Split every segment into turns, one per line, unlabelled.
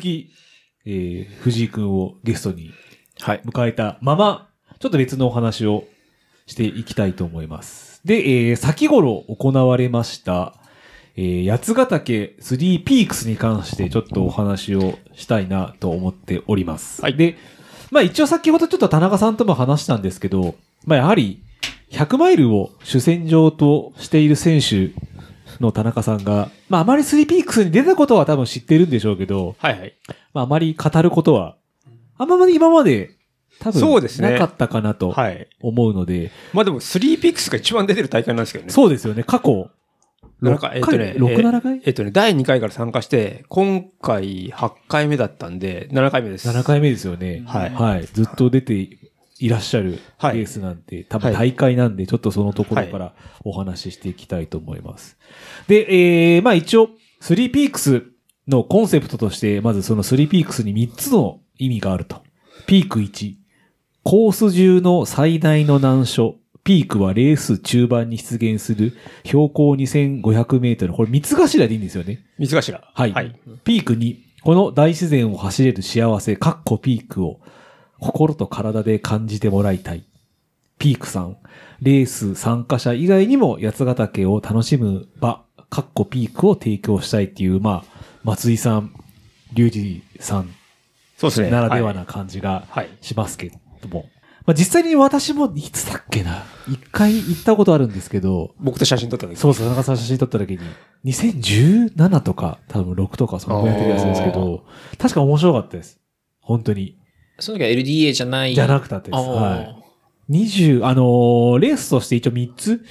き、えー、藤井くんをゲストに
はい。
迎えたまま、ちょっと別のお話をしていきたいと思います。で、えー先頃行われました、えー八ヶ岳3ピークスに関してちょっとお話をしたいなと思っております。
はい
で、まあ一応先ほどちょっと田中さんとも話したんですけど、まあやはり100マイルを主戦場としている選手の田中さんが、まああまり3ピークスに出たことは多分知ってるんでしょうけど、
はいはい。
まあ、あまり語ることは、あんまり今まで、多分、
そうですね
なかったかなと
はい。
思うので、
まあでも、スリーピックスが一番出てる大会なんですけどね。
そうですよね、過去、
なんかえ
6
っとね
回、六7回
えっとね、第2回から参加して、今回8回目だったんで、7回目です。
?7 回目ですよね。
はい
はい。ずっと出ていらっしゃるレ
はい
ースなんて、多分
はい
大会なんで、ちょっとそのところからお話ししていきたいと思います。で、えー、まあ一応、スリーピークスのコンセプトとして、まずそのスリーピークスに3つの意味があると。ピーク1、コース中の最大の難所。ピークはレース中盤に出現する標高2500メートル。これ三つ頭でいいんですよね。
三つ頭。
はい。
はい。
ピーク2、この大自然を走れる幸せ、かっこピークを心と体で感じてもらいたい。ピーク3、レース参加者以外にも八ヶ岳を楽しむ場、かっこピークを提供したいっていう、まあ、松井さん、龍二さん
そうですね。
ならでは
な。
な感じが
はい。
しますけども。まあ、実際に私も、いつだっけな一回行ったことあるんですけど、
僕と写真撮った時。
そうそう、田中さん写真撮った時に、2017とか、多分6とか、そのぐらいの時だったんですけど、確か面白かったです。本当に。
その時は LDA じゃない。
じゃなくたってで
あ
す。
ー
はい。20、あのーレースとして一応3つ、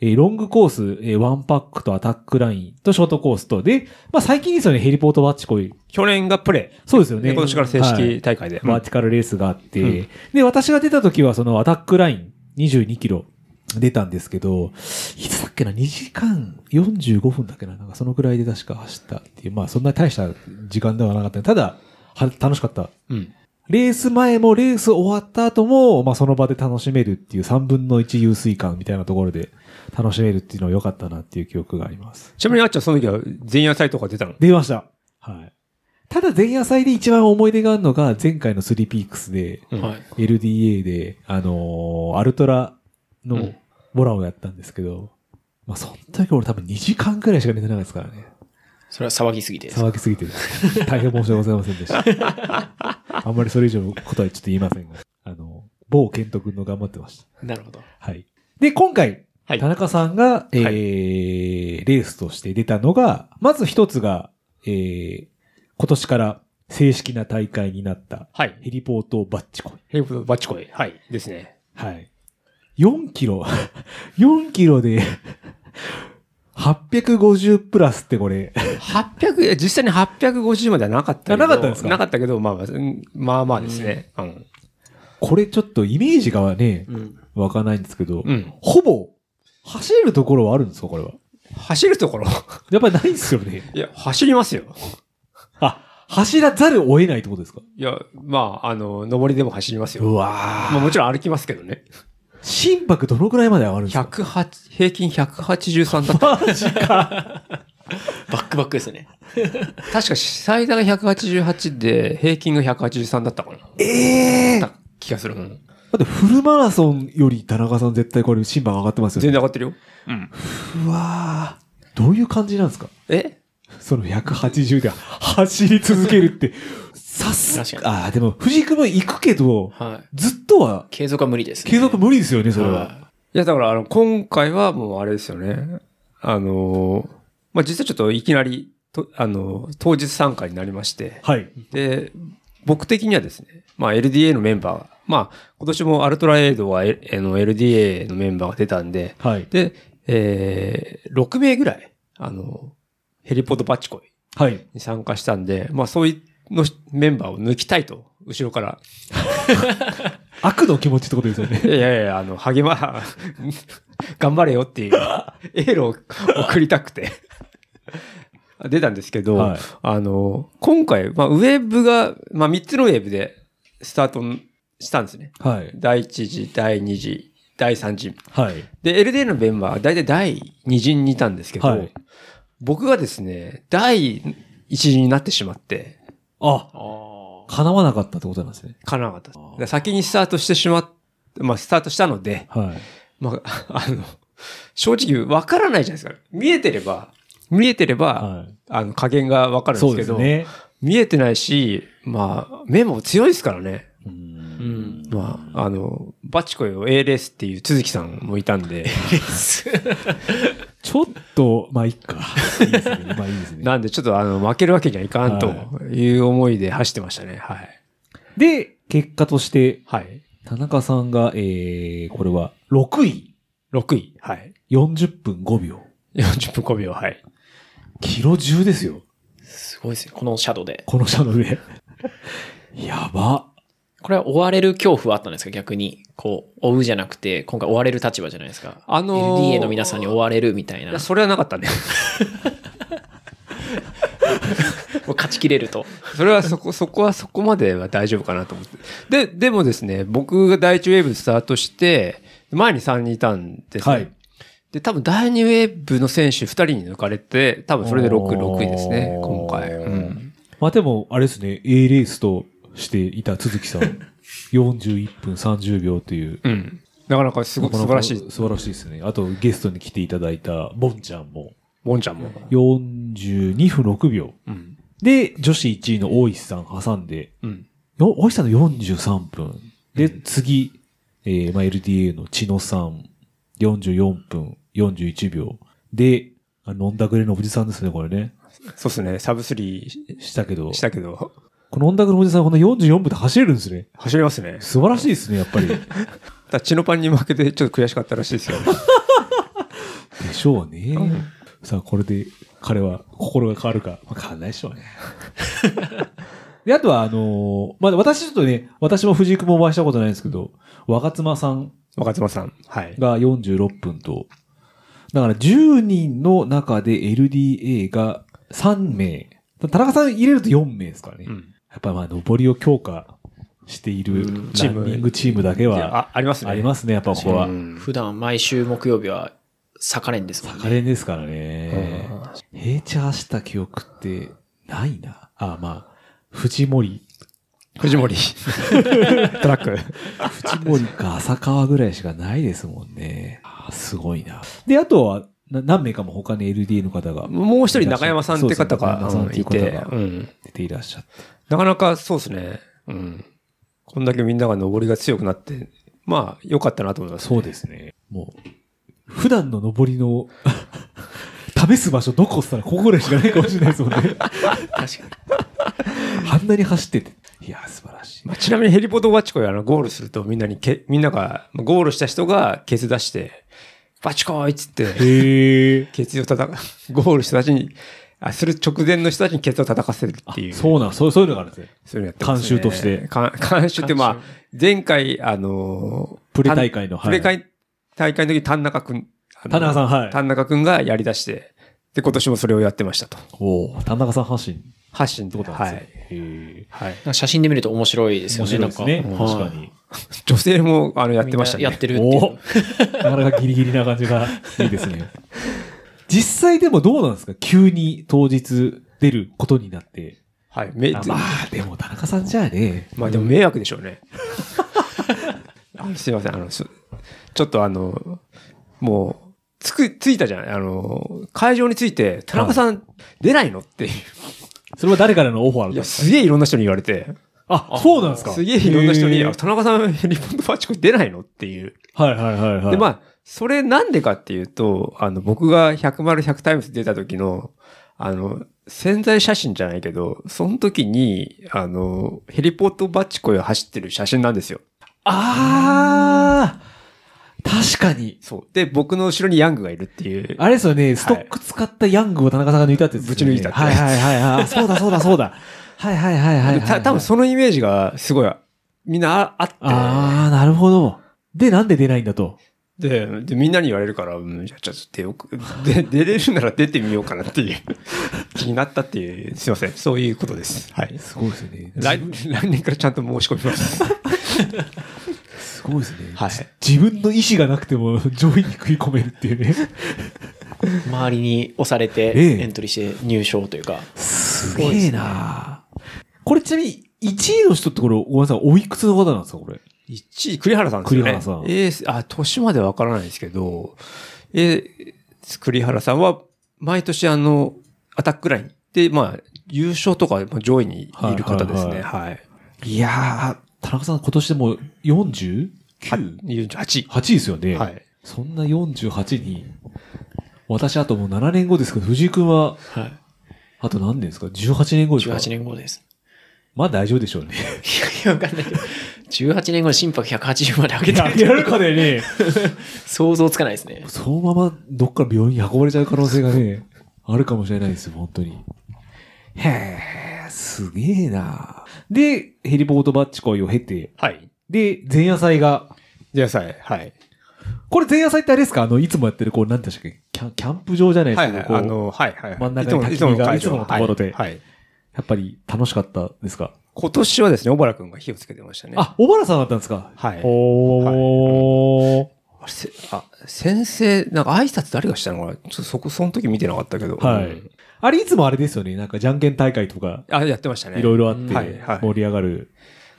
えーロングコース、えーワンパックとアタックラインとショートコースと、で、まあ最近ですよね、ヘリポートバッチコイ。
去年がプレ
そうですよ
ー。で
ね。
今年から正
はい
式大会で。
バーティカルレースがあって、
うん
で、私が出た時はそのアタックライン22キロ出たんですけど、いつだっけな、2時間45分だっけな、なんかそのくらいで確か走ったっていう、まあそんな大した時間ではなかった。ただ、は楽しかった。
うん。
レース前もレース終わった後も、まあその場で楽しめるっていう3分の1遊水感みたいなところで楽しめるっていうのは良かったなっていう記憶があります。
ちなみにあっちゃんその時は前夜祭とか出たの
出ました。はい。ただ前夜祭で一番思い出があるのが前回の3ピークスで、
うん
はい。
LDA で、あのーアルトラ
う
の
ん
ボラをやったんですけど、まあ、その時俺多分2時間くらいしか寝てないですからね。
それは騒ぎすぎて。
騒ぎすぎてる。大変申し訳ございませんでした。 あんまりそれ以上のことはちょっと言いませんが、あの、某健人君の頑張ってました。
なるほど。
はい。で、今回、
はい
田中さんが、えー
はい
レースとして出たのが、まず一つが、えー今年から正式な大会になった、
はい。
ヘリポートバッチコイ。
ヘイプバッチコイ。はい。ですね。
はい。4キロ、4キロで、850プラスってこれ、
800、いや実際に850まではなかったけど。
あなかったんですか
なかったけど、まあまあ、うんまあまあですね。うん。
これちょっとイメージがね、
うん。
わかんないんですけど、
うん。
ほぼ、走れるところはあるんですかこれは。
走るところ。
やっぱりないんですよね。
いや、走りますよ。
あ、走らざるを得ないってことですか
いや、まあ、あの、上りでも走りますよ。
わ
まあもちろん歩きますけどね。
心拍どのくらいまで上がるんですか
108、平均183だった。
バックバックですね。
確か最大が188で、平均が183だったかな。
ええ
だった気がする。うん
だってフルマラソンより田中さん絶対これ心拍上がってますよ
全
ね。
然上がってるよ。
うわーどういう感じなんですか
え
その180で走り続けるって、さす
確
が。あーでも、藤井君も行くけど、
はい。
ずっとは、
継続は無理です、ね。
継続無理ですよね、それ
は
は。
いや、だから、あの、今回はもうあれですよね。あのー、まあ、実はちょっといきなり、とあのー、当日参加になりまして。
はい。
で、僕的にはですね、まあ、LDA のメンバー、まあ、今年もアルトラエイドは、えあの、LDA のメンバーが出たんで、
はい。
で、えー、6名ぐらい、あの、ヘリポートバッチコイ
はい。
に参加したんで、まあそういうのメンバーを抜きたいと、後ろから。
悪の気持ちってことですよね。
いやいやいや、あの、励ま、 頑張れよっていうエールを送りたくて。出たんですけど、
はい
あの、今回、まあウェーブが、まあ3つのウェーブでスタートしたんですね。
はい。
第1次、第2次、第3次。
はい。
で、LDA のメンバーは大体第2陣にいたんですけど、
はい
僕がですね、第1陣になってしまって、
あ、
ああ。
叶わなかったってことなんですね。
かなわなかったです
あー
だから先にスタートしてしまっ、まあ、スタートしたので、
はい。
まあ、あの、正直わからないじゃないですか。見えてれば、見えてれば、
は
あの、加減がわか
い。
るんで
そう
す
で
け
す
ど、
ね。
見えてないし、まあ、目も強いですからね。
う。
うんん。
まあ、あの、バチコイの A レースっていう都築さんもいたん で、
ちょっと、まあ、いいか。 いいですね。まあ、いい ですね。
なんでちょっとあの、負けるわけにはいかんという思いで走ってましたね。はい。
で、結果として、
はい。
田中さんが、えー、これは、6位、
6位。はい。
40分5秒。
40分5秒。はい。
キロ10ですよ。
すごいですね。このシャドウで。
この車の上。 やば。
これは追われる恐怖はあったんですか逆に。こう、追うじゃなくて、今回追われる立場じゃないですか。
あのー
LDA の皆さんに追われるみたい
い
な。
や、
も
それはなかったね。
う勝ちきれる と。
それはそこ、そ こはそこまでは大丈夫かなと思って。で、でもですね、僕が第1ウェーブスタートして、前に3人いたんですね。
はい。
で、多分第2ウェーブの選手2人に抜かれて、多分それで6、6位ですね、
おー
今回。うん。
まあでも、あれですね、A レースとしていた鈴木さ ん、41分30秒という。
うん。なかなかすごく素晴らしい。
素晴らしいですね。あと、ゲストに来ていただいた、ボンちゃんも、
ボンちゃんも。
42分6秒。
うん。
で、女子1位の大石さん挟んで、
うん。
よ大石さんの43分。で、次、えー、まあ、LDA の千野さん、44分41秒。で、あ飲んだくれのおじさんですね、これね。
そうですね、サブ3
したけど。
したけど、
この飲んだくれのおじさん、この44分で走れるんですね。
走りますね。
素晴らしいですね、やっぱ り。で
ただチノパンに負けてちょっと悔しかったらしいですよ。
しょうね。さあ、これで、彼は心が変わるか。まあ、変わんないでしょう ね。で、あとは、あのーまあ、私ちょっとね、私も藤井君もお会いしたことないんですけど、若妻さん
若妻さん。はい。
が46分と、だから10人の中で LDA が3名。田中さん入れると4名ですからね。
うん。
やっぱまあ、上りを強化している
うん
ランニングチームだけ
いや
は
あ、ありますね。
ありますね、やっぱここは
う。ん
普段毎週木曜日は、逆れんですもん
カ
ね。
レンですからね。平地走った記憶ってないな。あ、まあ、藤森。
藤森。 トラック。
藤森か浅川ぐらいしかないですもんね。あすごいな。で、あとは、な何名かも他に LDA の方が
もう一人中山さんって方が
そうそう中山さんっ
うん
てい
いう
方が
て、うん
出ていらっしゃって。
なかなかそうですね。うん。こんだけみんなが登りが強くなって、まあ、良かったなと思います、
そうですね。もう、普段の登りの、 試す場所どこっつったらここぐらいしかないかもしれないですもんね。
確かに。
あんなに走ってて。いや、素晴らしい。
まあ、ちなみにヘリポートバチコイはあのゴールするとみんなにけ、みんなが、ゴールした人がケツ出して、バチコイっつって、
へえ。
ケツを叩か、 ゴールした人たちに、あ、する直前の人たちにケツを叩かせるっていう。
そうなん、そうそういうのがあるんですね。
そういうのやってます、
慣
ね。
習として
か。監修って、まあ
慣習、
前回、あのー
プレ大会の
た
はい
プレ会大会の時、田中くん。あの
田中さん、はい。
田中くんがやり出して、で、今年もそれをやってましたと。
おー田中さん発信っ
発信って
こ
てことと
な
は
んです
い。
ね。へ
はい。
なんか写真で見ると面白いで
え。
すよ
面
ね。
白いですね。
なん
確
か
か
はい
に。
女性も、あの、やってましたね。
みんなやってるっていう
おなかなかギリギリな感じがいいですね。 実際でもどうなんですか急に当日出ることになって。
はい。め
あまあ、でも田中さんじゃあね。
まあ、でも迷惑でしょう ね。あすいません。あの、すちょっとあの、もう、つく、着いたじゃないあの、会場に着いて、田中さん出ないのっていう。
それは誰からのオファーだっ
い
たん
や、
ですか
すげえいろんな人に言われて。
あ、そうなんですか
すげえいろんな人に、
へー
あ田中さん、ヘリポートバチコイ出ないのっていう。
はいはいはいはい。
で、まあ、それなんでかっていうと、あの、僕が100丸100タイムズ出た時の、あの、潜在写真じゃないけど、その時に、あの、ヘリポートバチコイを走ってる写真なんですよ。
あー、確かに。
そう。で、僕の後ろにヤングがいるっていう。
あれですよね、ストック使ったヤングを田中さんが抜いたってやつですよね、
ぶち抜いたって
はいはいはいはいあ。そうだそうだそう だ。はいはいはいはいはい、
でた多分そのイメージがすごい、みんなああっ
あー、なるほど。で、なんで出ないんだと。
て、で、でみんなに言われるから、うん、じゃあちょっと出よく、で、出れるなら出てみようかなっていう気になったっていう、すいません。そういうことです。はい。
すごいですよね。
来 来年からちゃんと申し込みます。
すごいですね。
はい。
自分の意志がなくても 上位に食い込めるっていうね。
周りに押されて
ええ
エントリーして入賞というか。
す
げえ
なこれちなみに、1位の人ってこれ、ごめんなさい、おいくつの方なんですか、これ。
1位、栗原さんですよね。
栗原さん
えーあ、年までわからないですけど、えー栗原さんは、毎年あの、アタックラインで、まあ、優勝とかまあ上位にいる方ですね。はい。
いやー、田中さん今年でも 49?8
48。
位ですよね。
はい。
そんな48に、私あともう7年後ですけど、藤井君は、
はい。
あと何年ですか ?18 年後ですか
18年後です。
まあ大丈夫でしょうね。
いや、わかんないけど。18年後に心拍180まで上げて
や
る
るかでね、
想像つかないですね。
そのままどっから病院に運ばれちゃう可能性がね、 あるかもしれないですよ、本当に。へえ、すげえなで、ヘリポートバッチ恋を経て、
はい。
で、前夜祭が、
じゃあさえ、はい。
これ前夜祭ってあれですかあの、いつもやってる、こう、なんていうんでしたっけキャンキャンプ場じゃないで
は
す
い、
か、
はい。
こう
あの、はい、はいはい。
真ん中に
いつも
焚き火
のいつもの
が
会場
いつものところで
はい。はい
やっぱり楽しかったですか、
今年はですね、小原くんが火をつけてましたね。
あ、小原さんだったんですか
はい。
おー。
あれせあ先生、なんか挨拶誰がしたのかなちょっとそこ、その時見てなかったけど。
はい。あれ、いつもあれですよね。なんか、じゃんけん大会とか、
あ、やってましたね。
いろいろあって、
はいはい
盛り上がる。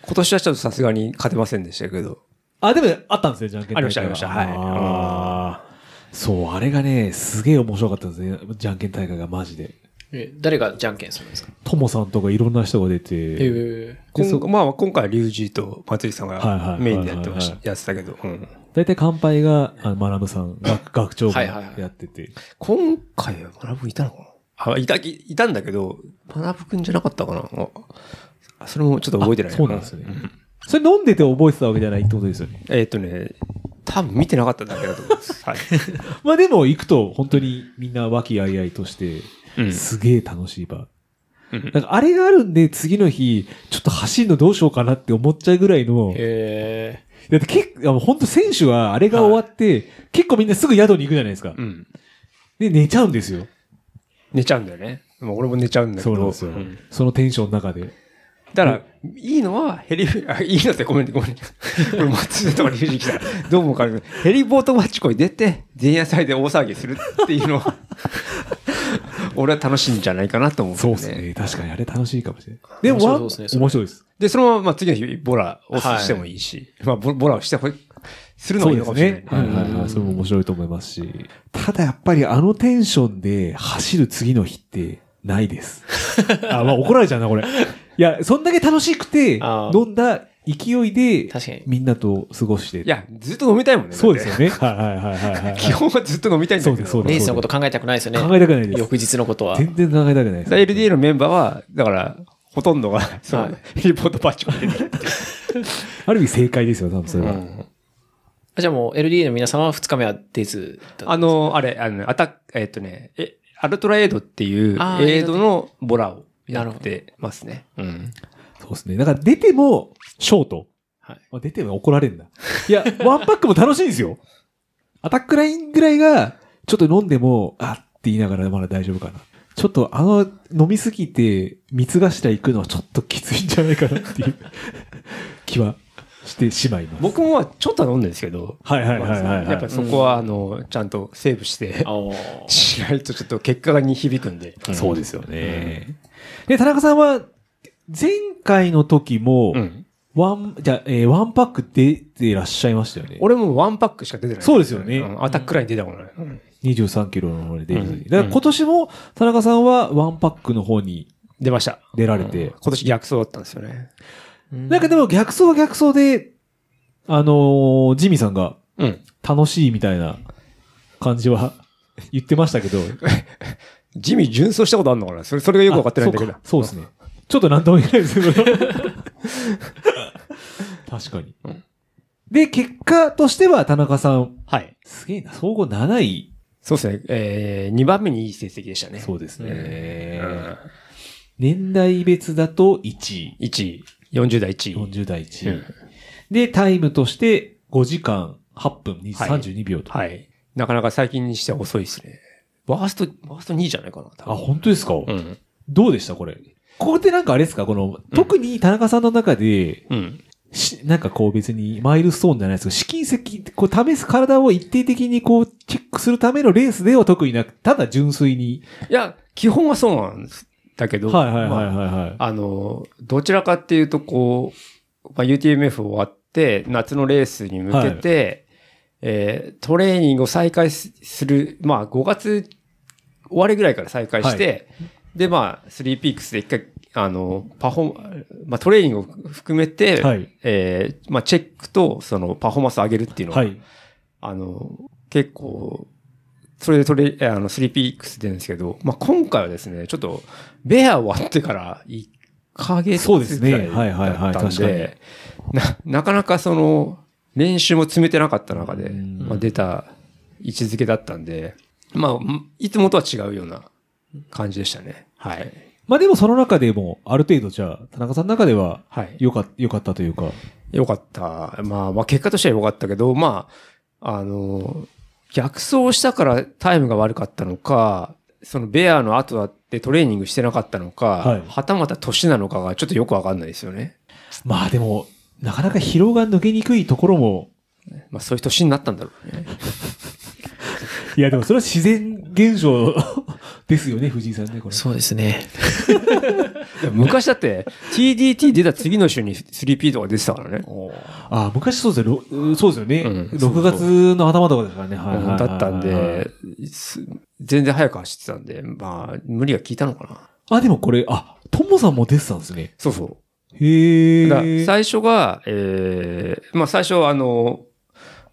今年はちょっとさすがに勝てませんでしたけど。
あ、でも、あったんですね、じゃんけん大会。
ありましたありましたはい
あーそう、あれがね、すげえ面白かったですね。じゃんけん大会がマジで。
え誰がじゃんけんするんですか
ともさんとかいろんな人が出
え
て、でそ
今まあ、今回は龍二と松井さん
はいはい
がメインでやってまし
はいはい
た、やってたけど、うん
だいたい乾杯が、あの、学さん、学 学長が
はいはいはい
やってて。
今回は学ぶいたのかなあ、いた、いいたんだけど、学ぶくんじゃなかったかなあそれもちょっと覚えてない
あそうなんですね。それ飲んでて覚えてたわけじゃないってことですよね。
えーっとね、多分見てなかっただけだと思います。 はい。
まあでも行くと本当にみんな和気あいあいとして、
うん
すげえ楽しい場。
うん
なんかあれがあるんで次の日、ちょっと走るのどうしようかなって思っちゃうぐらいの、
え
だって結構、あの本当選手はあれが終わって、結構みんなすぐ宿に行くじゃないですか。
うん。
で、寝ちゃうんですよ。
寝ちゃうんだよね。もう俺も寝ちゃうんだけど。
そうなんですよ。
ん
そのテンションの中で。
だから、いいのは、ヘリ、あ、いいのってごめんね、ご めんね。これ、松井とか龍二来た。どうもわかるヘリボートマッチコに出て、前夜祭で大騒ぎするっていう のは、俺は楽しいんじゃないかなと思う、
そうです。ね。確かにあれ楽しいかもしれない。でも、
面白
わ
そうですねそれ
面白いです。
で、そのまま、まあ、次の日、ボラをしてもいいし、まあ、ボボラをしてほい、するの
そ
もいうい
で
の
す
かもしれない
ね。。はいはいはい。それも面白いと思いますし。ただやっぱりあのテンションで走る次の日ってない です。あ、まあ怒られちゃうな、これ。いや、そんだけ楽しくて、
あー
飲んだ勢いで
確かに、
みんなと過ごして。
いや、ずっと飲みたいもんね。
そうですよ
ね。
ね。はいはいはいはいはい。
基本はずっと飲みたいんだけど。
そうですそう
ー、
です
レースのこと考えたくないですよね。
考えたくないです。
翌日のことは。
全然考えたくないです。
LDA のメンバーは、だから、ほとんどが、そ
は
の
い
ヘリポートマッチコに出てるっていう。
ある意味正解ですよ、多分それは。
あじゃあもう LD の皆さんは2日目は出ずだった
あの、あれ、あの、アタック、えっとね、え、アルトラエイドっていう
あ、ー
エイドのボラをや
なる
っ
ほど
てますね。うん。
そうですね。だから出ても、ショート。
はい
まあ、出ても怒られるんだ。いや、ワンパックも楽しいんですよ。アタックラインぐらいが、ちょっと飲んでも、あって言いながらまだ大丈夫かな。ちょっとあの、飲みすぎて、蜜頭行くのはちょっときついんじゃないかなっていう気はしてしまいます。
僕もまあちょっとは飲んでるんですけど、
はいはいはいはいはい、
やっぱりそこは、あの、ちゃんとセーブして、
おー
しないとちょっと結果に響くんで。
そうですよね。で、田中さんは、前回の時も、
うん。
ワン、じゃあ、えーワンパック出てらっしゃいましたよね。
俺もワンパックしか出てない。
そうですよね
んアタックライン出たことない。うん
23キロの方に出る、
うん
だから今年も田中さんはワンパックの方に
出ました。
出られて、
今年逆走だったんですよね。
なんかでも逆走は逆走で、あのージミーさんが
うん。
楽しいみたいな感じは 言ってましたけど、
ジミー純走したことあるのかなそれ、それがよく分かってないんだけど
あ。そうかそうですね。ちょっとなんとも言えないです けど。確かに、
うん
で、結果としては田中さん、
はい。
すげえな、総合7位。
そうですね。えー、2番目にいい成績でしたね。
そうですね。
うん
年代別だと1位。
1位、40代1位。
40代1位。
うん
で、タイムとして5時間8分に
はい
32秒と。
はい。なかなか最近にしては遅いですね。ワースト、ワースト2位じゃないかな。多分
あ、本当ですか、
うん。
どうでしたこれ。ここってなんかあれですかこの、特に田中さんの中で、
うん。
しなんかこう別にマイルストーンじゃないですけど、試金石、こう試す体を一定的にこうチェックするためのレースでは特になく、ただ純粋に。
いや、基本はそうなんです。だけど、
はいはいはい
ま
はいはい。
あ、あの、どちらかっていうと、こう、まあ、UTMF 終わって、夏のレースに向けて、えートレーニングを再開すする、まあ、5月終わりぐらいから再開して、で、まあ、3ピークスで一回、あの、パフォーまあ、トレーニングを含めて、
はい
えーまあ、チェックと、その、パフォーマンスを上げるっていうのが、
はい。
あの、結構、それでトレ、あの、スリーピークス出るんですけど、まあ、今回はですね、ちょっと、ベア終わってから1ヶ月
そうですね
ぐらいだったん
はいはいはい確かに
で、な、なかなかその、練習も積めてなかった中で、
うん
まあ、出た位置づけだったんで、まあ、んいつもとは違うような感じでしたね。はい。
まあでもその中でも、ある程度じゃあ、田中さんの中では、
はい。
よか、よかったというか。
よかった。まあ、まあ、結果としては良かったけど、まあ、あの、逆走したからタイムが悪かったのか、そのベアの後だってトレーニングしてなかったのか、
はい
はたまた年なのかがちょっとよくわかんないですよね。
まあでも、なかなか疲労が抜けにくいところも、
まあ、そういう年になったんだろうね。
いやでもそれは自然現象 ですよね、藤井さんね、これ。
そうですね。
いや 昔だって、TDT 出た次の週に 3P とか出てたからね。
ああ、昔そうですよ、ろそうですよね。
うん
6月の頭とかですからね、はいはいはいはい
だったんで、す全然早く走ってたんで、まあ、無理が効いたのかな。
あ、でもこれ、あ、ともさんも出てたんですね。
そうそう。
へ
だから
え。
最初が、えーまあ最初はあの、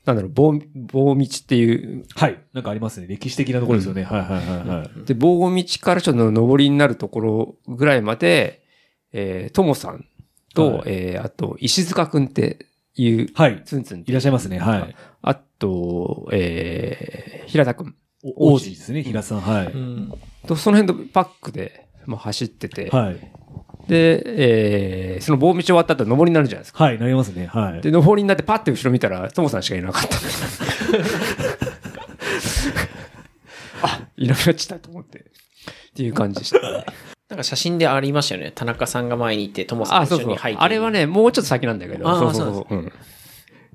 なんだろう、棒、棒道っていう、
はい。なんかありますね。歴史的なところですよね。はいはいはいはい。
で、棒道からちょっと上りになるところぐらいまで、えー、ともさんと、
はい
えーあと、石塚くんっていう、
はい。
ツンツンって
いらっしゃいますね。はい。
あと、えー平田くん
お王子ですね、平田さん。はい。
と、その辺とパックで、まあ、走ってて、
はい。
で、えーその棒道終わった後上りになるじゃないですか。
はい、なりますね。はい。
で、上りになってパッて後ろ見たら、ともさんしかいなかった。あ、いなくなっちゃったと思って。っていう感じでした、ね。
なんか写真でありましたよね。田中さんが前にいて、ともさん
あ、
が
そう
一緒
そう
に入って。
あれはね、もうちょっと先なんだけど。
あー
そうそうそう。うん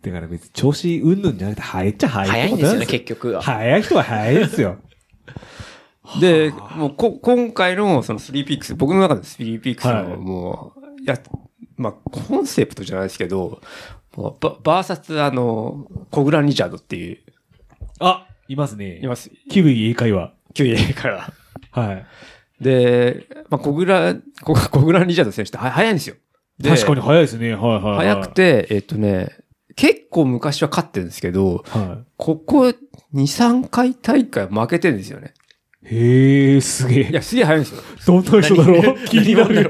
だから別に調子うんぬんじゃなくて、早いっちゃ早い。
早いんですよね、結局は。
早い人は早いですよ。
で、もうこ、今回のその3ピークス、僕の中で3ピークス
はい
のもう、い、や、まあ、コンセプトじゃないですけど、もうババーサス、あの、コグラン・リチャードっていう、
あ、いますね。
います、
キウイ英会話。
キュイエから。
はい。
で、まあ、小倉、小小倉リチャード選手っては早いんですよ。で
確かに早いですね。はいはい、はい。
早く。て、えっとね、結構昔は勝ってるんですけど、
は
ここ2、3回大会負けてるんですよね。
い。へえ、すげ
い
え。
や、すげえ早いんですよ。
どんな人だろ う気になるよ。ね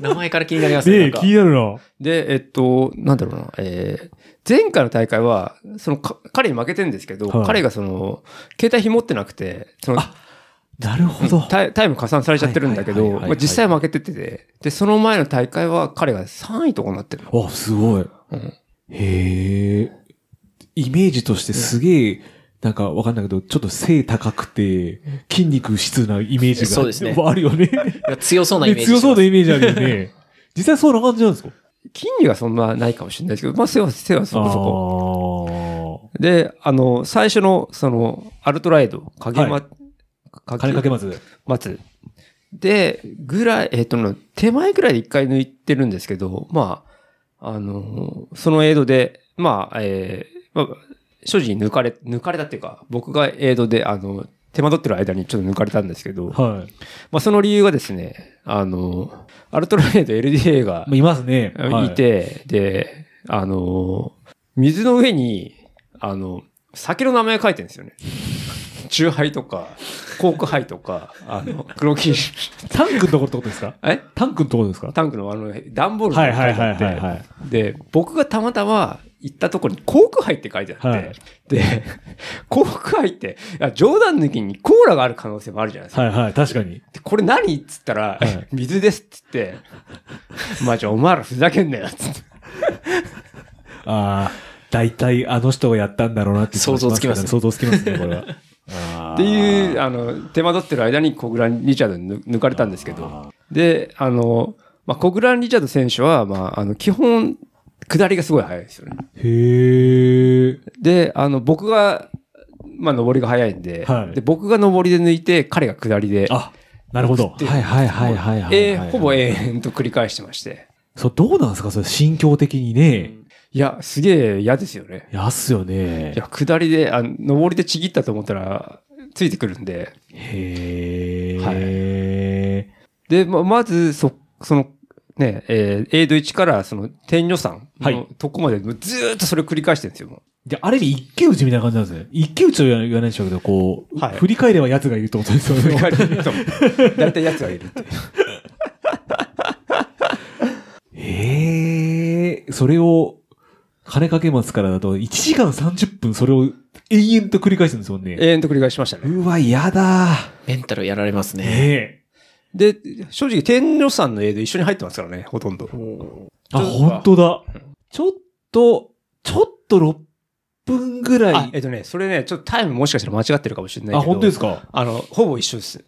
名前から気になりますね。な
え、
んか
気になるな。
で、えっと、なんだろうな、えー前回の大会は、その、か彼に負けてるんですけど、
はい
彼がその、携帯紐ってなくて、その、
なるほど。
タイタイム加算されちゃってるんだけ
はい
ど、
はいはいはい
まあ実際負けてて、で、その前の大会は彼が3位とかになってるの。
あ、すごい。
うん
へえ。イメージとしてすげえ、なんかわかんないけど、ちょっと背高くて、筋肉質なイメージが
そうですね
あるよね。
なんか強そうなイメージしま
強
す。
そうなイメージあるよね。実際そうな感じなんですか
筋肉がそんなないかもしれないですけど、まあ、背は、背はそこそこ。
こ。
で、あの、最初の、その、アルトライド、影
は
ま、
あー金かけ
ま
ます。
つ。で、ぐらい、えっ、とね、手前ぐらいで一回抜いてるんですけど、まあ、あの、そのエイドで、まあ、えーまあ、所持に抜かれ、抜かれたっていうか、僕がエイドで、あの、手間取ってる間にちょっと抜かれたんですけど、
はい。
まあ、その理由がですね、あの、アルトライド LDA が
まあ、いますね。はい
い。て、で、あのー、水の上に、あの、酒の名前書いてるんですよね。 中杯とか、コーク杯とか、あの、黒木、
タンクのところってことですか
え
タンクのところですか
タンクのあの、段ボールと
はい
か書
はい
いて
は
あ
いはい
って、
はい。
で、僕がたまたま行ったところに、コーク杯って書いてあって、
はい
で、コーク杯って、いや冗談抜きにコーラがある可能性もあるじゃないですか。
はいはい、確かに。
でこれ何っつったら、
はい
水ですっつって、まあじゃあお前らふざけんなよっつって。
ああ、大体あの人がやったんだろうなって気がしから
想
想像つきますね、これ は。あー
っていう、あの、手間取ってる間にコグラン・リチャードに抜抜かれたんですけど、で、あの、まあ、コグラン・リチャード選手は、まあ、あの、基本、下りがすごい速いですよね。
へえ。
で、あの、僕が、まあ、上りが速いんで、
はい
で、僕が上りで抜いて、彼が下りで、
あ、なるほど。
で
はいはいはいはいはいはい。
えーほぼ永遠と繰り返してまして。
そう、どうなんですかそれ、心境的にね。
いや、すげえ嫌ですよね。
やっすよね
い。や、下りで、あの上りでちぎったと思ったら、ついてくるんで。
へえ。
で、ままず、そ、その、ね、えー、エイド1から、その、天女山
はい
のとこまで、ずーっとそれ繰り返してるんですよ。も
じゃあ、ある意味、一騎打ちみたいな感じなんですね。一騎打ちとは言わないでしょうけど、こう、
はい
振り返れば奴がいるってことですよ
う
ね。
だいたい奴がいるっていう。
へえ。それを、金かけますからだと、1時間30分それを延々と繰り返すんですもんね。
永遠と繰り返しましたね。
うわ、嫌だ
メンタルやられますね。
ねえ。
で、正直、天女山のエイド一緒に入ってますからね、ほとんど。
あ、
ちょっと
本当だ。ちょっと、ちょっと6分ぐらい。
あ、えっとね、それね、ちょっとタイムもしかしたら間違ってるかもしれないけど。
あ、本当です
か
か
あの、ほぼ一緒です。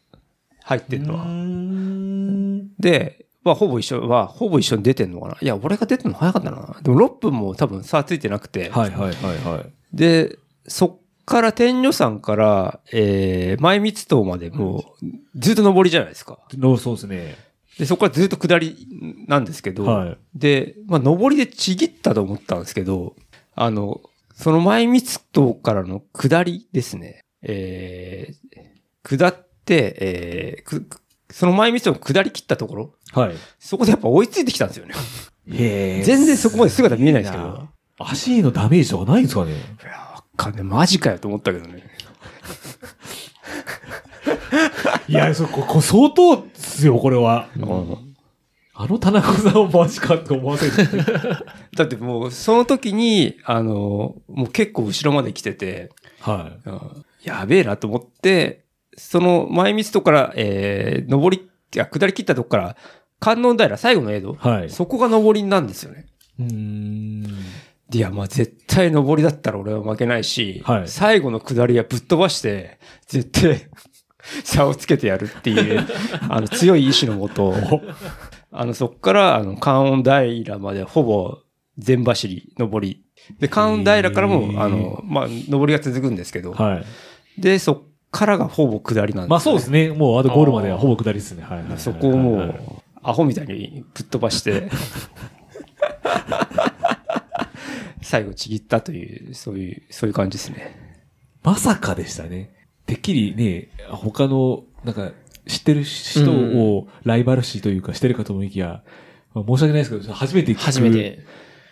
入って
う
るのは。
ーん
で、まあ、ほぼ一緒は、ほぼ一緒に出てんのかな。いや、俺が出てんの早かったな。でも6分も多分差ついてなくて。
はいはいはいはい。
で、そっから天女山から、えー、前三島までもう、ずっと上りじゃないですか。
のそうですね。
で、そこからずっと下りなんですけど、
はい。
で、まあ、上りでちぎったと思ったんですけど、あの、その前三島からの下りですね。えー、下って、えー、くくその前三島を下り切ったところ、
はい。
そこでやっぱ追いついてきたんですよね。
へ
全然そこまで姿見えないですけど。い
な足へのダメージとかないんですかね
や、わかんない。マジかよと思ったけどね。
いや、そこ、こ相当っすよ、これは。あの田中さんをマジかって思わせる。
だってもう、その時に、あの、もう結構後ろまで来てて、
はい。
うんやべえなと思って、その前道とから、えー、上り、いや、下り切ったとこから、観音平、最後の江戸、
はい。
そこが上りなんですよね。
うーん。
でいや、まあ絶対上りだったら俺は負けないし、
はい
最後の下りはぶっ飛ばして、絶対 差をつけてやるっ ていう、あの強い意志のもと、あのそっからあの観音平までほぼ全走り、上り。で、観音平から
へ
も、
ー
あの、まあ、上りが続くんですけど、
はい。
で、そっからがほぼ下りなんです、
まあそうです
ね。
ね。もうあとゴールまではほぼ下りですね。はいはいはいはい。
そこをも、
はいう
アホみたいにぶっ飛ば して、最後ちぎったという、そういう、そういう感じですね。
まさかでしたね。てっきりね、他の、なんか、知ってる人をライバル視というかしてるかと思いきや、まあ申し訳ないですけど、初めて聞く
初めて。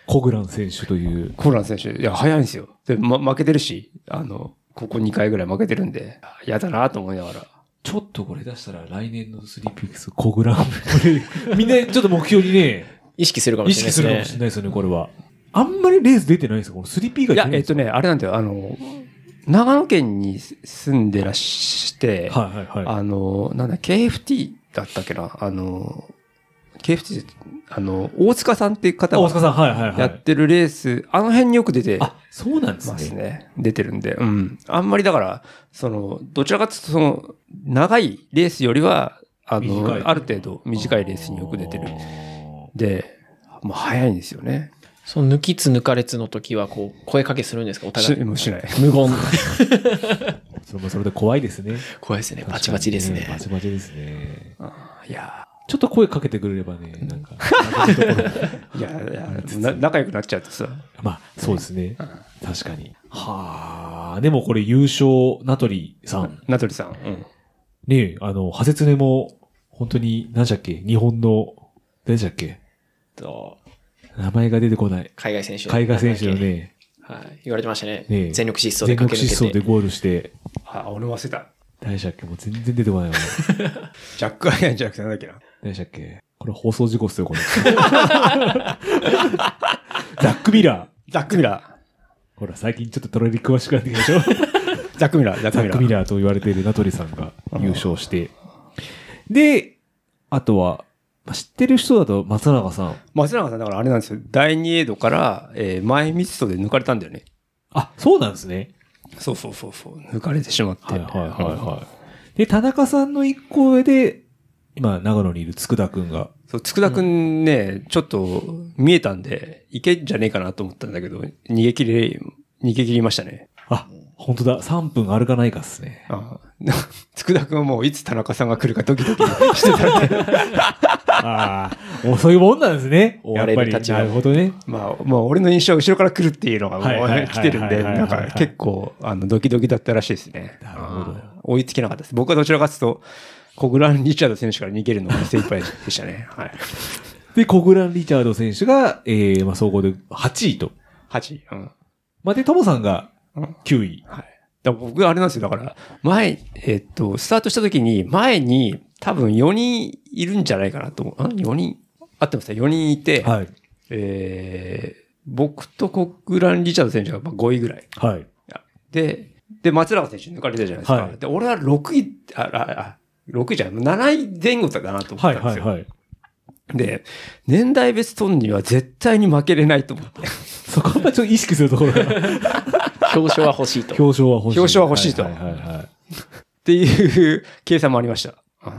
コグラン選手という。
コーラン選手、いや、早いんですよ。で、ま、負けてるし、あの、ここ2回ぐらい負けてるんで、あやだなと思いながら。
ちょっとこれ出したら来年のスリーピックス、コグラン。みんなちょっと目標にね、
意識するかも
意
しれ
識するか
な
も
いで
し
す
れ
ね。
ないですよね、これは。あんまりレース出てないですよ、この 3P が
いや、えっと
ね。
ね、あれなんだよ、あの、長野県に住んでらして、
はいはいはい。
あの、なんだ、KFT だったっけなあの、KFT ってあの、大塚さんっていう方
大塚
が
さん、はいはいは
や
い
っ。てるレース、あの辺によく出てま
あ、そうなんです
す
ね。
ね。出てるんで、うん。あんまりだから、その、どちらかというと、その、長いレースよりは、あ
短い
の、ある程度短いレースによく出てる
あ。
で、もう早いんですよね。
その抜きつ抜かれつの時は、こう、声かけするんですかお
し
互い。
もうしない。
無言。
ー。それもそれで怖いですね。
怖いですね。バチバチです
確かに
ね
バ。チバチですね。
あいや
ちょっと声かけてくれればね、なんか。
ー、いや、いやな仲良くなっちゃうとさ。
まあ、そう ですね。確かに。はあ。でもこれ優勝、名取さん。
名取さん。うん。
ねえあの、ハセツネも、本当に、何でしたっけ日本の、何でしたっけ
と
名前が出てこない。
海外選手。
海外選手の。ね、
はい。言われてました
ね
ね
え。
全力疾走で
全
駆
力
け抜けて。
疾走でゴールして、
あ、俺忘れた。
何でしたっけもう全然出てこない わ。
ジャック・アイアンじゃなくてなんだっけな。
何でしたっけこれ放送事故っすよ、これ。 ザック・ミラー。
ザック・ミラー。
ほら、最近ちょっとトラリ詳しくなってきたでしょ
ザックミラー、ザッ
ザッ
ク
ク・
ミ
ミ
ラー。
ラーと言われている名取さんが優勝して。で、あとは、まあ知ってる人だと松永さん。
松永さん、だからあれなんですよ。第2エイドから、えー前ミストで抜かれたんだよね。
あ、そうなんですね。
そうそうそうそう。抜かれてしまって。
はいはいはいはい。で、田中さんの一個上で、今、長野にいる佃くんが。
そう、つくだくんね、ちょっと見えたんで、いけんじゃねえかなと思ったんだけど、逃げ切れ、逃げ切りましたね。
あ、本当だ。3分歩かないかっすね。
ああ。つ 佃くんはもういつ田中さんが来るかドキドキしてたんで、
ああ、もうそういうもんなんですね。
追われる立場
やっぱりなるほどね。
まあ、まあ、俺の印象は後ろから来るっていうのがも
はいはいうはいはい
来てるんで、
はいはい
な
は
ん
いはい
か結構、あの、ドキドキだったらしいですね。
なるほど
あー追いつけなかったです。僕はどちらかというと、コグラン・リチャード選手から逃げるのが精一杯でしたね。はい。
で、コグラン・リチャード選手が、えー、まあ、総合で8位と。
8、うん。
まあ、で、トモさんが9位。
はい。だから僕、あれなんですよ。だから、前、えっと、スタートした時に、前に多分4人いるんじゃないかなと思う。あ ?4 人あってますね。4人いて、
はい。
えー、僕とコグラン・リチャード選手がまあ5位ぐらい。
はい。
で、で、松永選手抜かれたじゃないですか。
はい
で、俺は6位、あ、あ、あ6位じゃない、7位前後だなと思った
はい、
んですよ。
はい、はい。
で、年代別トンには絶対に負けれないと思って、
そこはちょっと意識すると ころが、
表彰は欲しいと。
表彰は欲しい。
表彰は欲しいと
はい、はい、はい。
っていう計算もありました。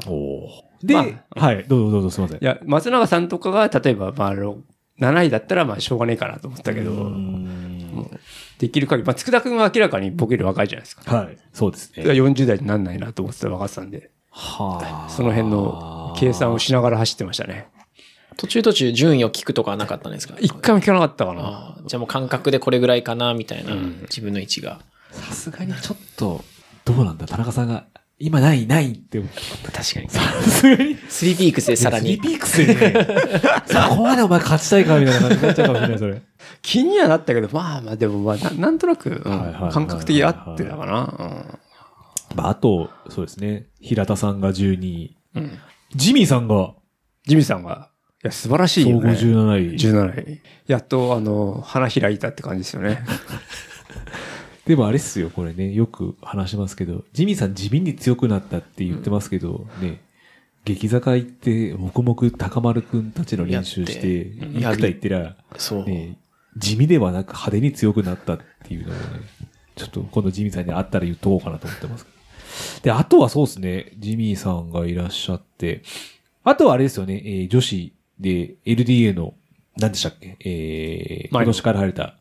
おおー。で、
ま
はい、どうぞどうぞ、すいません。
いや、松永さんとかが、例えば、まあ、ろ7位だったら、まあ、しょうがねえかなと思ったけど、
うー
も
ん
うできる限り、まあ、佃田君は明らかに僕より若いじゃないですか。
はい、そうです
だから
ね。
40代になんないなと思ってた分かってたんで、
はあ
その辺の計算をしながら走ってましたね。
途中途中順位を聞くとかはなかったんですか
一回も聞かなかったかな。
あーじゃあもう感覚でこれぐらいかなみたいな、自分の位置が。
さすがにちょっと、どうなんだ、田中さんが、今ない、ないって。
確かに。
さすがに。
スリーピークスでさら
スリ
に
ー。ピークスでね、 そこまでお前勝ちたいかみたいな感じになっちゃうかもしれない、それ。
気にはなったけど、まあまあ、でも、まあ、ななんとなく、うん
はいはいはいはい
感覚的に合ってたかな。
まあ、あと、そうですね。平田さんが12位。
うん。うん
ジミーさんが
ジミーさんが、いや、素晴らしい
総
よ
合
ね。
17位。
17位。やっと、あの、花開いたって感じですよ ね。
でもあれっすよ、これね。よく話しますけど、ジミーさん地味に強くなったって言ってますけど、ね。激坂行って、黙々高丸くんたちの練習して、
やってうん
生田行ってら、
そう。
ね、地味ではなく派手に強くなったっていうのをね、ちょっと今度ジミーさんに会ったら言っとこうかなと思ってますけど。で、あとはそうですね、ジミーさんがいらっしゃって、あとはあれですよね、えー女子で LDA の、何でしたっけ、えー、
前野
今年から入れた、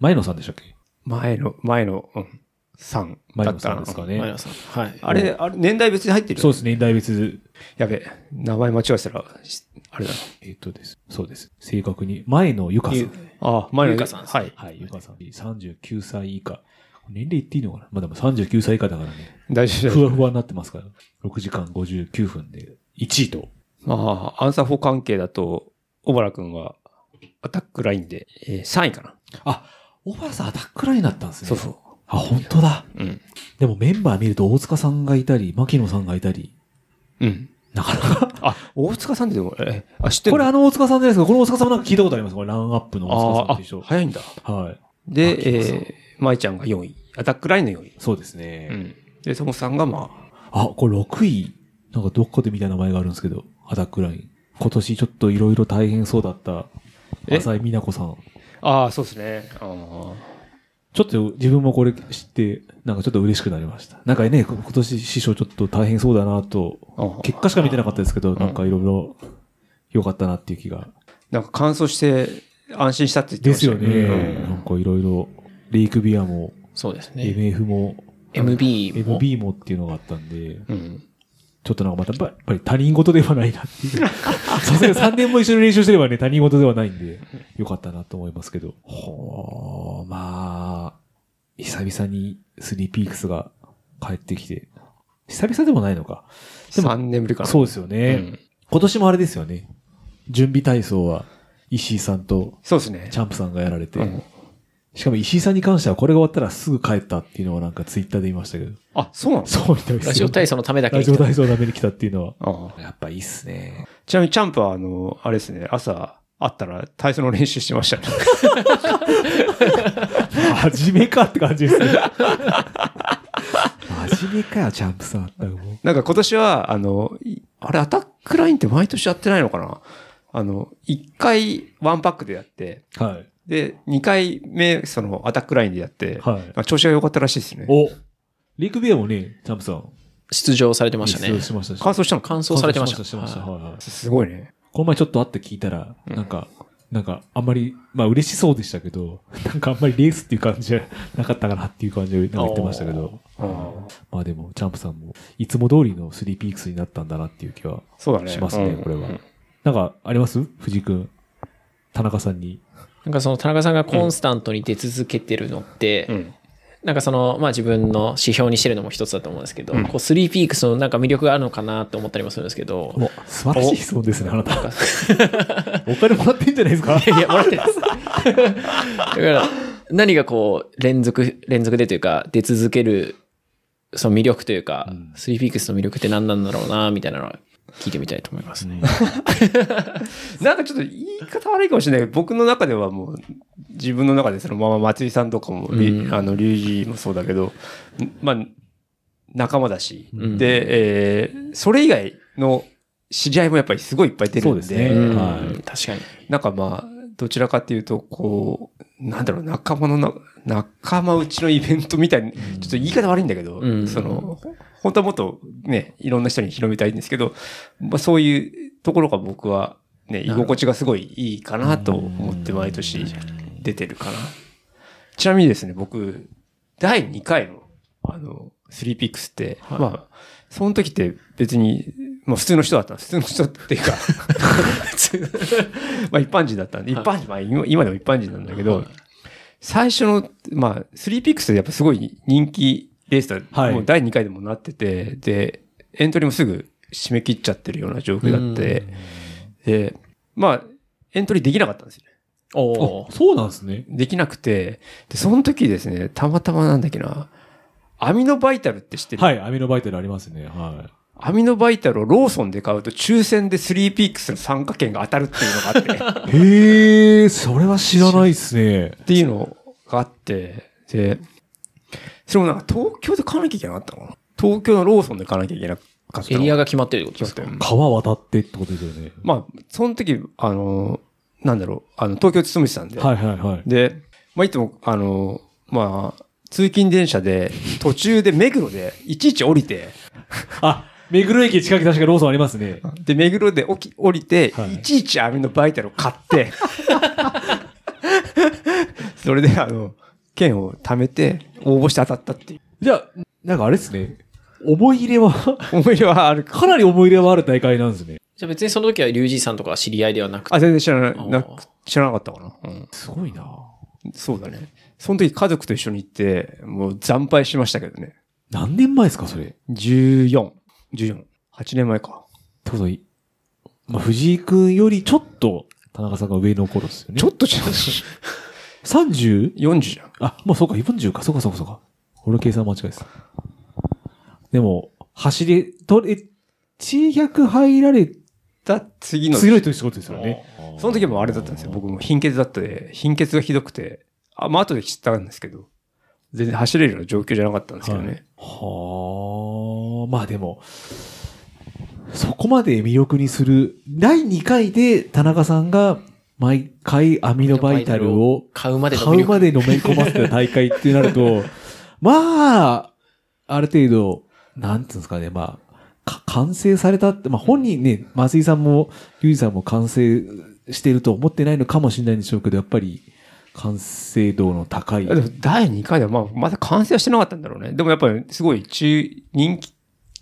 前野さんでしたっけ
前の、前の、うん、3
前
だ
野
っ
さ
た
ん
な
ですか
マイ
ね
ナ。さん。はい。
あれ、あれ、年代別に入ってる
そうですね、大別、
やべえ、名前間違えたら、しあれだな。
えっとです、そうです。正確に、前野ゆかさん
ゆ。
あ、前の。
ゆかさんですね
はい。
はい、ゆかさん。39歳以下。年齢言っていいのかなまあでも39歳以下だからね。
大丈夫
ふ
大丈
わふわになってますから。6時間59分で1位と。
夫。まあ、アンサー4関係だと、小原くんは、アタックラインで、えー、3位かな。
あ、小原さんアタックラインになったんですね。
そうそう。
あ、本当だ。
うん。
でもメンバー見ると大塚さんがいたり、牧野さんがいたり、
うん。
なかなか。
あ、大塚さんってでも、え、あ、知って る
これあの大塚さんじゃないですか。この大塚さんもなんか聞いたことありますこれランアップの大塚
あ
さん
あ
と一緒。
早いんだ。
はい。
で、
秋葉さん
えー、舞ちゃんが4位。アタックラインの4位。
そうですね。
うん。で、トモさんがまあ、
あ、これ6位。なんかどこで見た名前があるんですけど、アタックライン。今年ちょっといろいろ大変そうだった、
え
浅井美奈子さん。
ああ、そうですね。あー
ちょっと自分もこれ知って、なんかちょっと嬉しくなりました。なんかね、今年師匠ちょっと大変そうだなと
あ、
結果しか見てなかったですけど、なんかいろいろ良かったなっていう気が。
なんか乾燥して安心したって言って
で
まし
す
た
よね。なんかいろいろ、レイクビアも、
そうですね。
MF も、
MB も。
MB もっていうのがあったんで、
うん。うん
ちょっとなんかまたやっぱり他人事ではないなっていう。 さすがに3年も一緒に練習してればね、他人事ではないんで、よかったなと思いますけど。ほー、まあ、久々にスリーピークスが帰ってきて、久々でもないのか。でも
3年ぶりかな。
そうですよね、
うん
今年もあれですよね。準備体操は石井さんと
そうですね
チ。ャンプさんがやられて、
うん
しかも石井さんに関してはこれが終わったらすぐ帰ったっていうのはなんかツイッターで見ましたけど。
あ、そうなんですか
そうみたいですよ
ラジオ体操のためだけ
ラ
に
ジ
来
オ
た。
体操のために来たっていうのは。
ああ
やっぱいいっすね。
ちなみにチャンプは、あの、あれですね、朝、会ったら体操の練習してましたね。
真面目かって感じ ですね。真面目かよ、チャンプさん。も
なんか今年は、あの、いあれ、アタックラインって毎年やってないのかなあの、1回ワンパックでやって、
うはい。
で、2回目、その、アタックラインでやって、
はい。
まあ調子が良かったらしいですね。
おリークビアもね、チャンプさん。
出場されてました
出場
ね。
しましたし。
乾燥したのか
完走されてました。
完走してました。
はい
はいはい。
すごいね。
この前ちょっと会って聞いたら、なんか、なんか、あんまり、まあ 嬉しそうでしたけど、なんかあんまりレースっていう感じじゃなかったかなっていう感じでなんか言ってましたけど、まあでも、チャンプさんも、いつも通りのスリーピークスになったんだなっていう気は
そうだね。
しますね、
うん
これは
うん。
なんか、あります藤井くん。田中さんに。
なんかその田中さんがコンスタントに出続けてるのって、
うん
なんかその、まあ自分の指標にしてるのも一つだと思うんですけど、
うん
こう、スリーピークスのなんか魅力があるのかなって思ったりもするんですけど、
お素晴らしい質問ですね、あなた。 お金もらってんじゃないですか
いや、もらってないです。だから、何がこう、連続、連続でというか、出続ける、その魅力というか、スリーピークスの魅力って何なんだろうな、みたいなのは聞いてみたいと思いますね。
なんかちょっと言い方悪いかもしれないけど、僕の中ではもう、自分の中でそのまま松井さんとかも、り
うん
あの、龍二もそうだけど、んまあ、仲間だし、
うん
で、えーそれ以外の知り合いもやっぱりすごいいっぱい出るんで、
そうですね
うん
はい
確かに。
なんかまあ、どちらかっていうと、こう、なんだろう、仲間のな、仲間うちのイベントみたいに、ちょっと言い方悪いんだけど、
うん
その、本当はもっとね、いろんな人に広めたいんですけど、まあそういうところが僕はね、居心地がすごいいいかなと思って毎年出てるかな。ちなみにですね、僕、第2回の、あの、スリーピックスって、まあ、その時って別に、まあ普通の人だったんです。普通の人っていうか、 まあ一般人だったんで、一般人、まあ今今でも一般人なんだけど、最初の、まあ、スリーピックスでやっぱすごい人気レースだ、
はい
もう第2回でもなってて、で、エントリーもすぐ締め切っちゃってるような状況だって、 で、まあ、エントリーできなかったんですよね。
お
あ
ー、
そうなんですね。
できなくて、で、その時ですね、たまたまなんだっけな、アミノバイタルって知ってる、
はい、アミノバイタルありますね。は
アミノバイタルをローソンで買うと抽選でスリーピークスの参加券が当たるっていうのがあって、
い。へえ、それは知らないですね。
っていうのがあって、で、それもなんか東京で買わなきゃいけなかったのかな東京のローソンで買わなきゃいけなかったの
エリアが決まってるってことですか
決まって
川渡ってってことですよね。
まあ、その時、あの、なんだろう、あの、東京勤めてたんで、
はいはいはい。
で、まあ、いつも、あの、まあ、通勤電車で、途中で目黒で、いちいち降りて、
あ、目黒駅近くに確かローソンありますね。
で、目黒で起き降りて、
はい
い、ちいち網のバイタルを買って、 それで、あの、券を貯めて、応募して当たったっていう。
じゃあ、なんかあれですね。思い入れは、
思い入れはあるか。
かなり思い入れはある大会なんですね。
じゃあ別にその時はリュウジーさんとかは知り合いではなくて、
あ、全然知らない、な
あー
知らなかったかな。うん
すごいな
そうだね。その時家族と一緒に行って、もう惨敗しましたけどね。
何年前ですか、それ。って
14。14。8年前か。
ことい、まあ、藤井くんよりちょっと、田中さんが上の頃ですよね。
ちょっと違う。
30?
40じゃん。
あ、もうそうか、40か、そうかそうかそうか。俺の計算間違いです。でも、走り、とれ、100入られ、
だ、次の。
強いということですよね。
その時もあれだったんですよ。僕も貧血だったで、貧血がひどくて、あ、まあ後で知ったんですけど、全然走れるような状況じゃなかったんですけどね。
はあ、まあでも、そこまで魅力にする、第2回で田中さんが毎回アミノバイタルを
買うまでの魅
買う
力
までのめ込ませた大会ってなると、 まあ、ある程度、なんつうんですかね、まあ、か完成されたって、まあ本人ね、松井さんも、ゆうじさんも完成してると思ってないのかもしれないんでしょうけど、やっぱり、完成度の高い。
でも第2回ではまあまだ完成はしてなかったんだろうね。でもやっぱりすごい中、人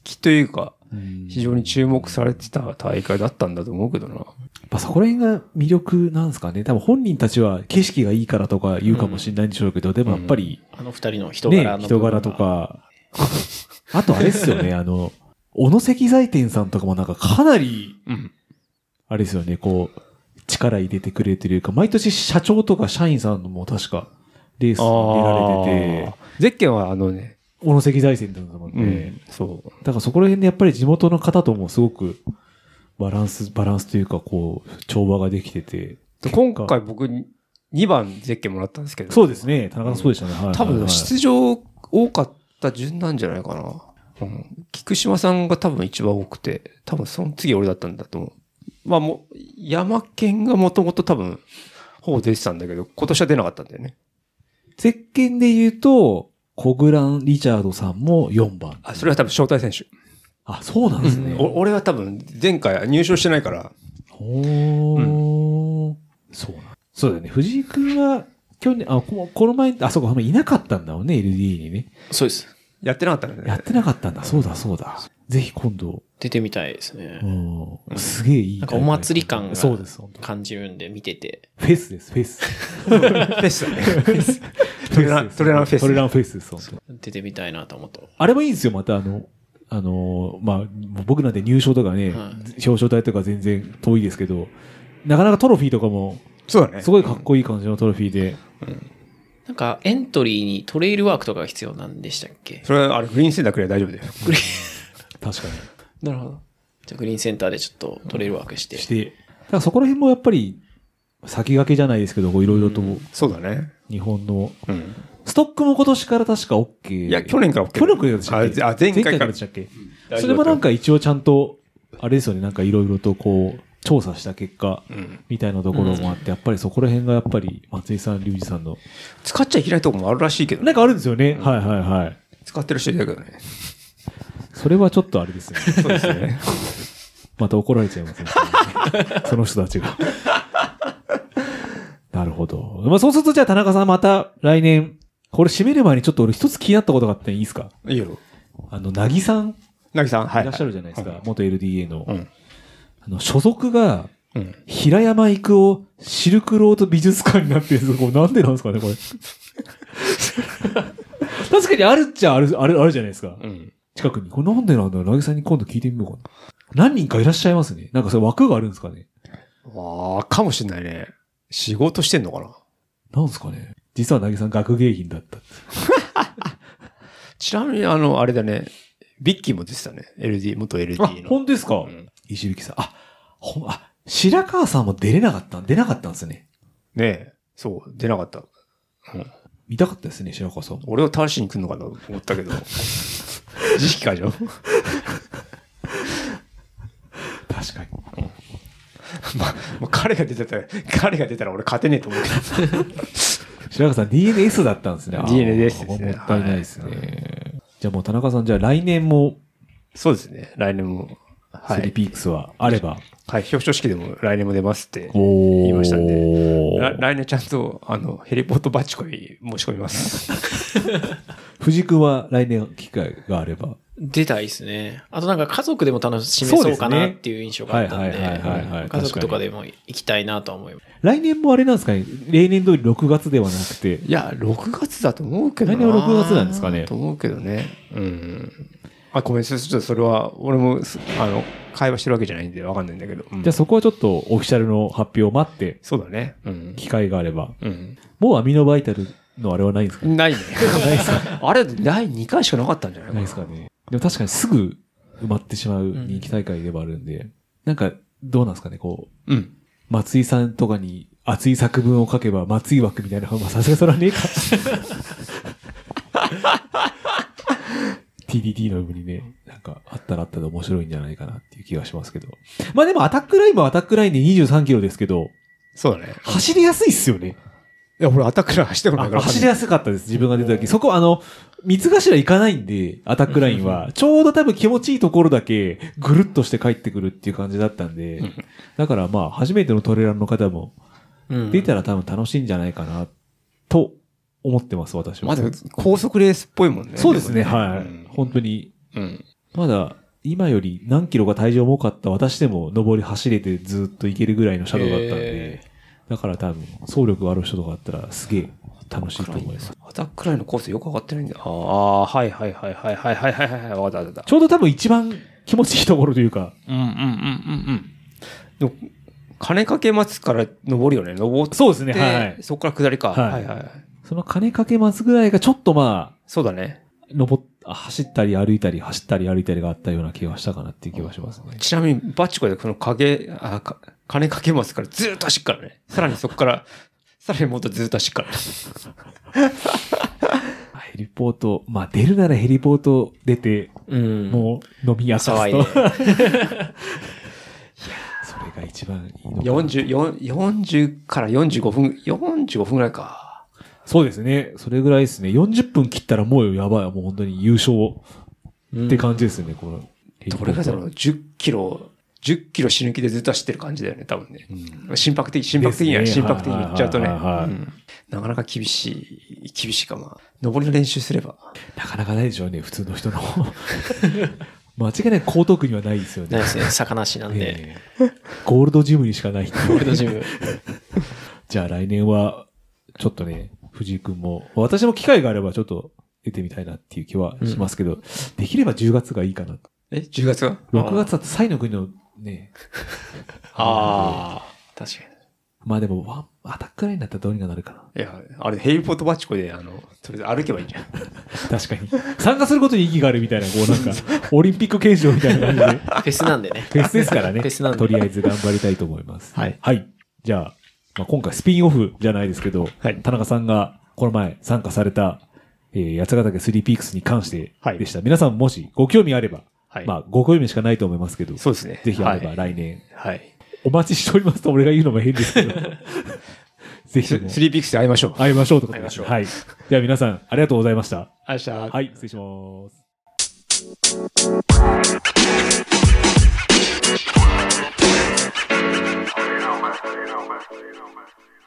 気というか、
うん
非常に注目されてた大会だったんだと思うけどな。
まあ、そこら辺が魅力なんですかね。多分本人たちは景色がいいからとか言うかもしれないんでしょうけど、でもやっぱり、
あの二人の人柄
ね
の、部分
人柄と。か、あとあれですよね、あの、小野石材店さんとかもなんかかなり、
うん。
あれですよね、こう、力入れてくれてるか、毎年社長とか社員さんも確か、レースに出られてて、
ゼッケンはあのね、
小野石材店さんだもんね。
そう。
だからそこら辺でやっぱり地元の方ともすごく、バランス、バランスというか、こう、調和ができてて。
で今回僕2番ゼッケンもらったんですけど、
そうですね。田中さんそうでしたね。はい
多
はいは
分
い
出場多かった順なんじゃないかな。うん、菊島さんが多分一番多くて、多分その次俺だったんだと思う。まあもう、山県がもともと多分、ほぼ出てたんだけど、今年は出なかったんだよね。
絶見で言うと、コグラン・リチャードさんも4番。
あ、それは多分招待選手。
あ、そうなんですね。
お俺は多分前回入賞してないから、
おーそうなんそうだよね。藤井くんは、去年、あ、ここの前、あ、そうか、あんまいなかったんだもんね、LD にね。
そうです。
やってなかったんだね。
やってなかったんだ。そうだ、そうだ。ぜひ今度、
出てみたいですね
う。ん、すげえいい
なん
大
か
会。
お祭り感が
そうです、本当に
感じるんで、見てて。
フェスです、フェス。
フェスだね。 トレラン、トレランフェス。
トレランフェスです、本当に
出てみたいなと思った。
あれもいいんですよ、またあの、あのー、まあ、もう僕なんて入賞とかね、
はい
表彰台とか全然遠いですけど、なかなかトロフィーとかも、
そうだね。
すごいかっこいい感じのトロフィーで、
なんかエントリーにトレイルワークとかが必要なんでしたっけ
それは、あれ、グリーンセンターくらい大丈夫だよ。
グリー
確か
ン。なるほど。じゃあグリーンセンターでちょっとトレイルワークして。
にして、だからそこら辺もやっぱり、先駆けじゃないですけど、こういろいろと
そうだね。
日本の、
うん。
ストックも今年から確か OK。
いや、去年から OK。
去年からでしたっけ
ああ、前回
前回
から
でし。たっけそれもなんか一応ちゃんと、あれですよね、なんかいろいろとこう、調査した結果、
うん。
みたいなところもあって、やっぱりそこら辺がやっぱり松井さん、隆二さんの。
使っちゃいけないとこもあるらしいけどね、
なんかあるんですよね。はいはいはい。
使ってる人いたけどね。
それはちょっとあれですね。
そうですね。
また怒られちゃいますね。その人たちが。なるほど。まあそうするとじゃあ田中さんまた来年、これ締める前にちょっと俺一つ気になったことがあっていいですか
いいよ。
あの、なぎさんい
なぎさん、はい。
らっしゃるじゃないですか。元 LDA の。
うん
あの、所属が、
うん。
平山行くをシルクロード美術館になってるんですこれなんでなんですかね、こ れ。確かにあるっちゃある、ある、あるじゃないですか。
うん。
近くに。これなんでなんだろうなぎさんに今度聞いてみようかな。何人かいらっしゃいますね。なんかそれ枠があるんですかね。
わあ、かもしんないね。仕事してんのかな
なんですかね。実はなぎさん学芸品だったって。
ちなみに、あの、あれだね。ビッキーも出てたね。LD、元 LD の。
あ、本当ですか、
ん
石引さん。あ、ほん、あ、白川さんも出れなかった、出なかったんですね。
ねえ。そう、出なかった。
見たかったですね、白川さんも。
俺を倒しに来るのかなと思っ たけど。自意識過剰
確かに。
まあ、まあ彼が出てたら、彼が出たら俺勝てねえと思うけど。
白川さん DNS だったんです ね。あー
DNS ですね
もったいないですね。じゃあもう田中さん、じゃあ来年も
そうですね。来年も。は
スリー
い。
ピークスはあれば、
はい。表彰式でも来年も出ますって。
言
いましたんでら
で。
来年ちゃんと、あの、ヘリポートバッチコに申し込みます。
藤君は来年機会があれば。
出たいですね。あとなんか家族でも楽しめそうかなっていう印象があったんで、
そうですねはいはいはいはいはい
家族とかでも行きたいなとは思います。
来年もあれなんですかね例年通り6月ではなくて。
いや、6月だと思うけどな。
来年は6月なんですかね
と思うけどね。うん。あ、ごめん、ちょっとそれは、俺もす、あの、会話してるわけじゃないんでわかんないんだけど。うん
じゃあそこはちょっとオフィシャルの発表を待って、
そうだね。うん。
機会があれば。
うん。
もうアミノバイタルのあれはないんですかね
ないね。ないあれ、第2回しかなかったんじゃない
ないですかね。でも確かにすぐ埋まってしまう人気大会ではあるんで、なんかどうなんですかねこう、
うん。
松井さんとかに熱い作文を書けば松井枠みたいなのがまあさすがにそれはねえ か。TDT の部にね、なんかあったらあったで面白いんじゃないかなっていう気がしますけど。まあでもアタックラインもアタックラインで23キロですけど、
そうだね。
走りやすいっすよね。
いや、俺、アタックラー走ってこない
あ
から。
走りやすかったです、自分が出た時。そこ、あの、三つ頭行かないんで、アタックラインは。ちょうど多分気持ちいいところだけ、ぐるっとして帰ってくるっていう感じだったんで、だからまあ、初めてのトレランの方も、
うん
出たら多分楽しいんじゃないかな、と思ってます、私は。
まだ高速レースっぽいもんね。
そうですね、は
うん
い。本当に、
うん。
まだ、今より何キロが体重重かった私でも、上り走れてずっと行けるぐらいのシャドウだったん
へ
で、だから多分、走力がある人とかだったら、すげえ楽しいと思います。
アタックラインのコースよくわかってないんだよ。ああ、はいはいはいはいはいはいはいはい。わかったわかった。
ちょうど多分一番気持ちいいところというか、
うんうんうんうんうん。でも、金かけ松から登るよね。登って。
そうですねはいはい
そこから下りか。
はい
はいはいはい。
その金かけ松ぐらいがちょっとま
そうだね。
あ、登っ、走ったり歩いたり、走ったり歩いたりがあったような気がしたかなっていう気がしますね。
ちなみに、バチコでこの影、あ、か金かけ松からずーっと走っからね。さらにそこから、 さらにもっとずーっと走っから。
ヘリポート、まあ出るならヘリポート出て、
うん。
もう飲み明かすと。
騒い
いや
で
ーそれが一番いいのかな。
40、4 40から45分、45分ぐらいか。
そうですね。それぐらいですね。40分切ったらもうやばい。もう本当に優勝って感じですね、このヘリポ
ど
ート。
れぐらいだろう ?10 キロ、 10キロ死ぬ気でずっと走ってる感じだよね、多分ね。心拍的、心拍的には、
ですね
心拍的に言っちゃうとね、
はいはいはいはい
うんなかなか厳しい、厳しいかも。登りの練習すれば。
なかなかないでしょうね、普通の人 の。間違いない江東区にはないですよ
な
ね
い で。すね。魚しなんで。
ええゴールドジムにしかないっていう
俺のジム。
じゃあ来年は、ちょっとね、藤井君も、私も機会があればちょっと出てみたいなっていう気はしますけど、できれば10月がいいかな。
え ?10 月は
6月だとサイの国のね、
ああ。確かに。
まあでもワンアタックラインだったらどうにかなるかな。
いや、あれ、ヘリポートバチコで、あの、とりあえず歩けばいいじゃん。
確かに。参加することに意義があるみたいな、こうなんか、オリンピック憲章みたいな感じで。
フェスなんでね。
フェスですからね。
フェスなんで
とりあえず頑張りたいと思います。
はい
じゃあ、まあ、今回スピンオフじゃないですけど、
はい
田中さんがこの前参加された、えー、八ヶ岳スリーピークスに関して
はい
でした。皆さんもしご興味あれば、
はい
まあ、ご興味しかないと思いますけど、
そうですね。
ぜひあれば
はい。
来年、
はい。
お待ちしておりますと俺が言うのも変です けど、ぜひ
ス
とも
スリーピックスで会いましょう。
会いましょうとか
会いましょう
はい。では皆さん、ありがとうございました。
明日。は
はい、失礼します。
You know best. You know best. You know best.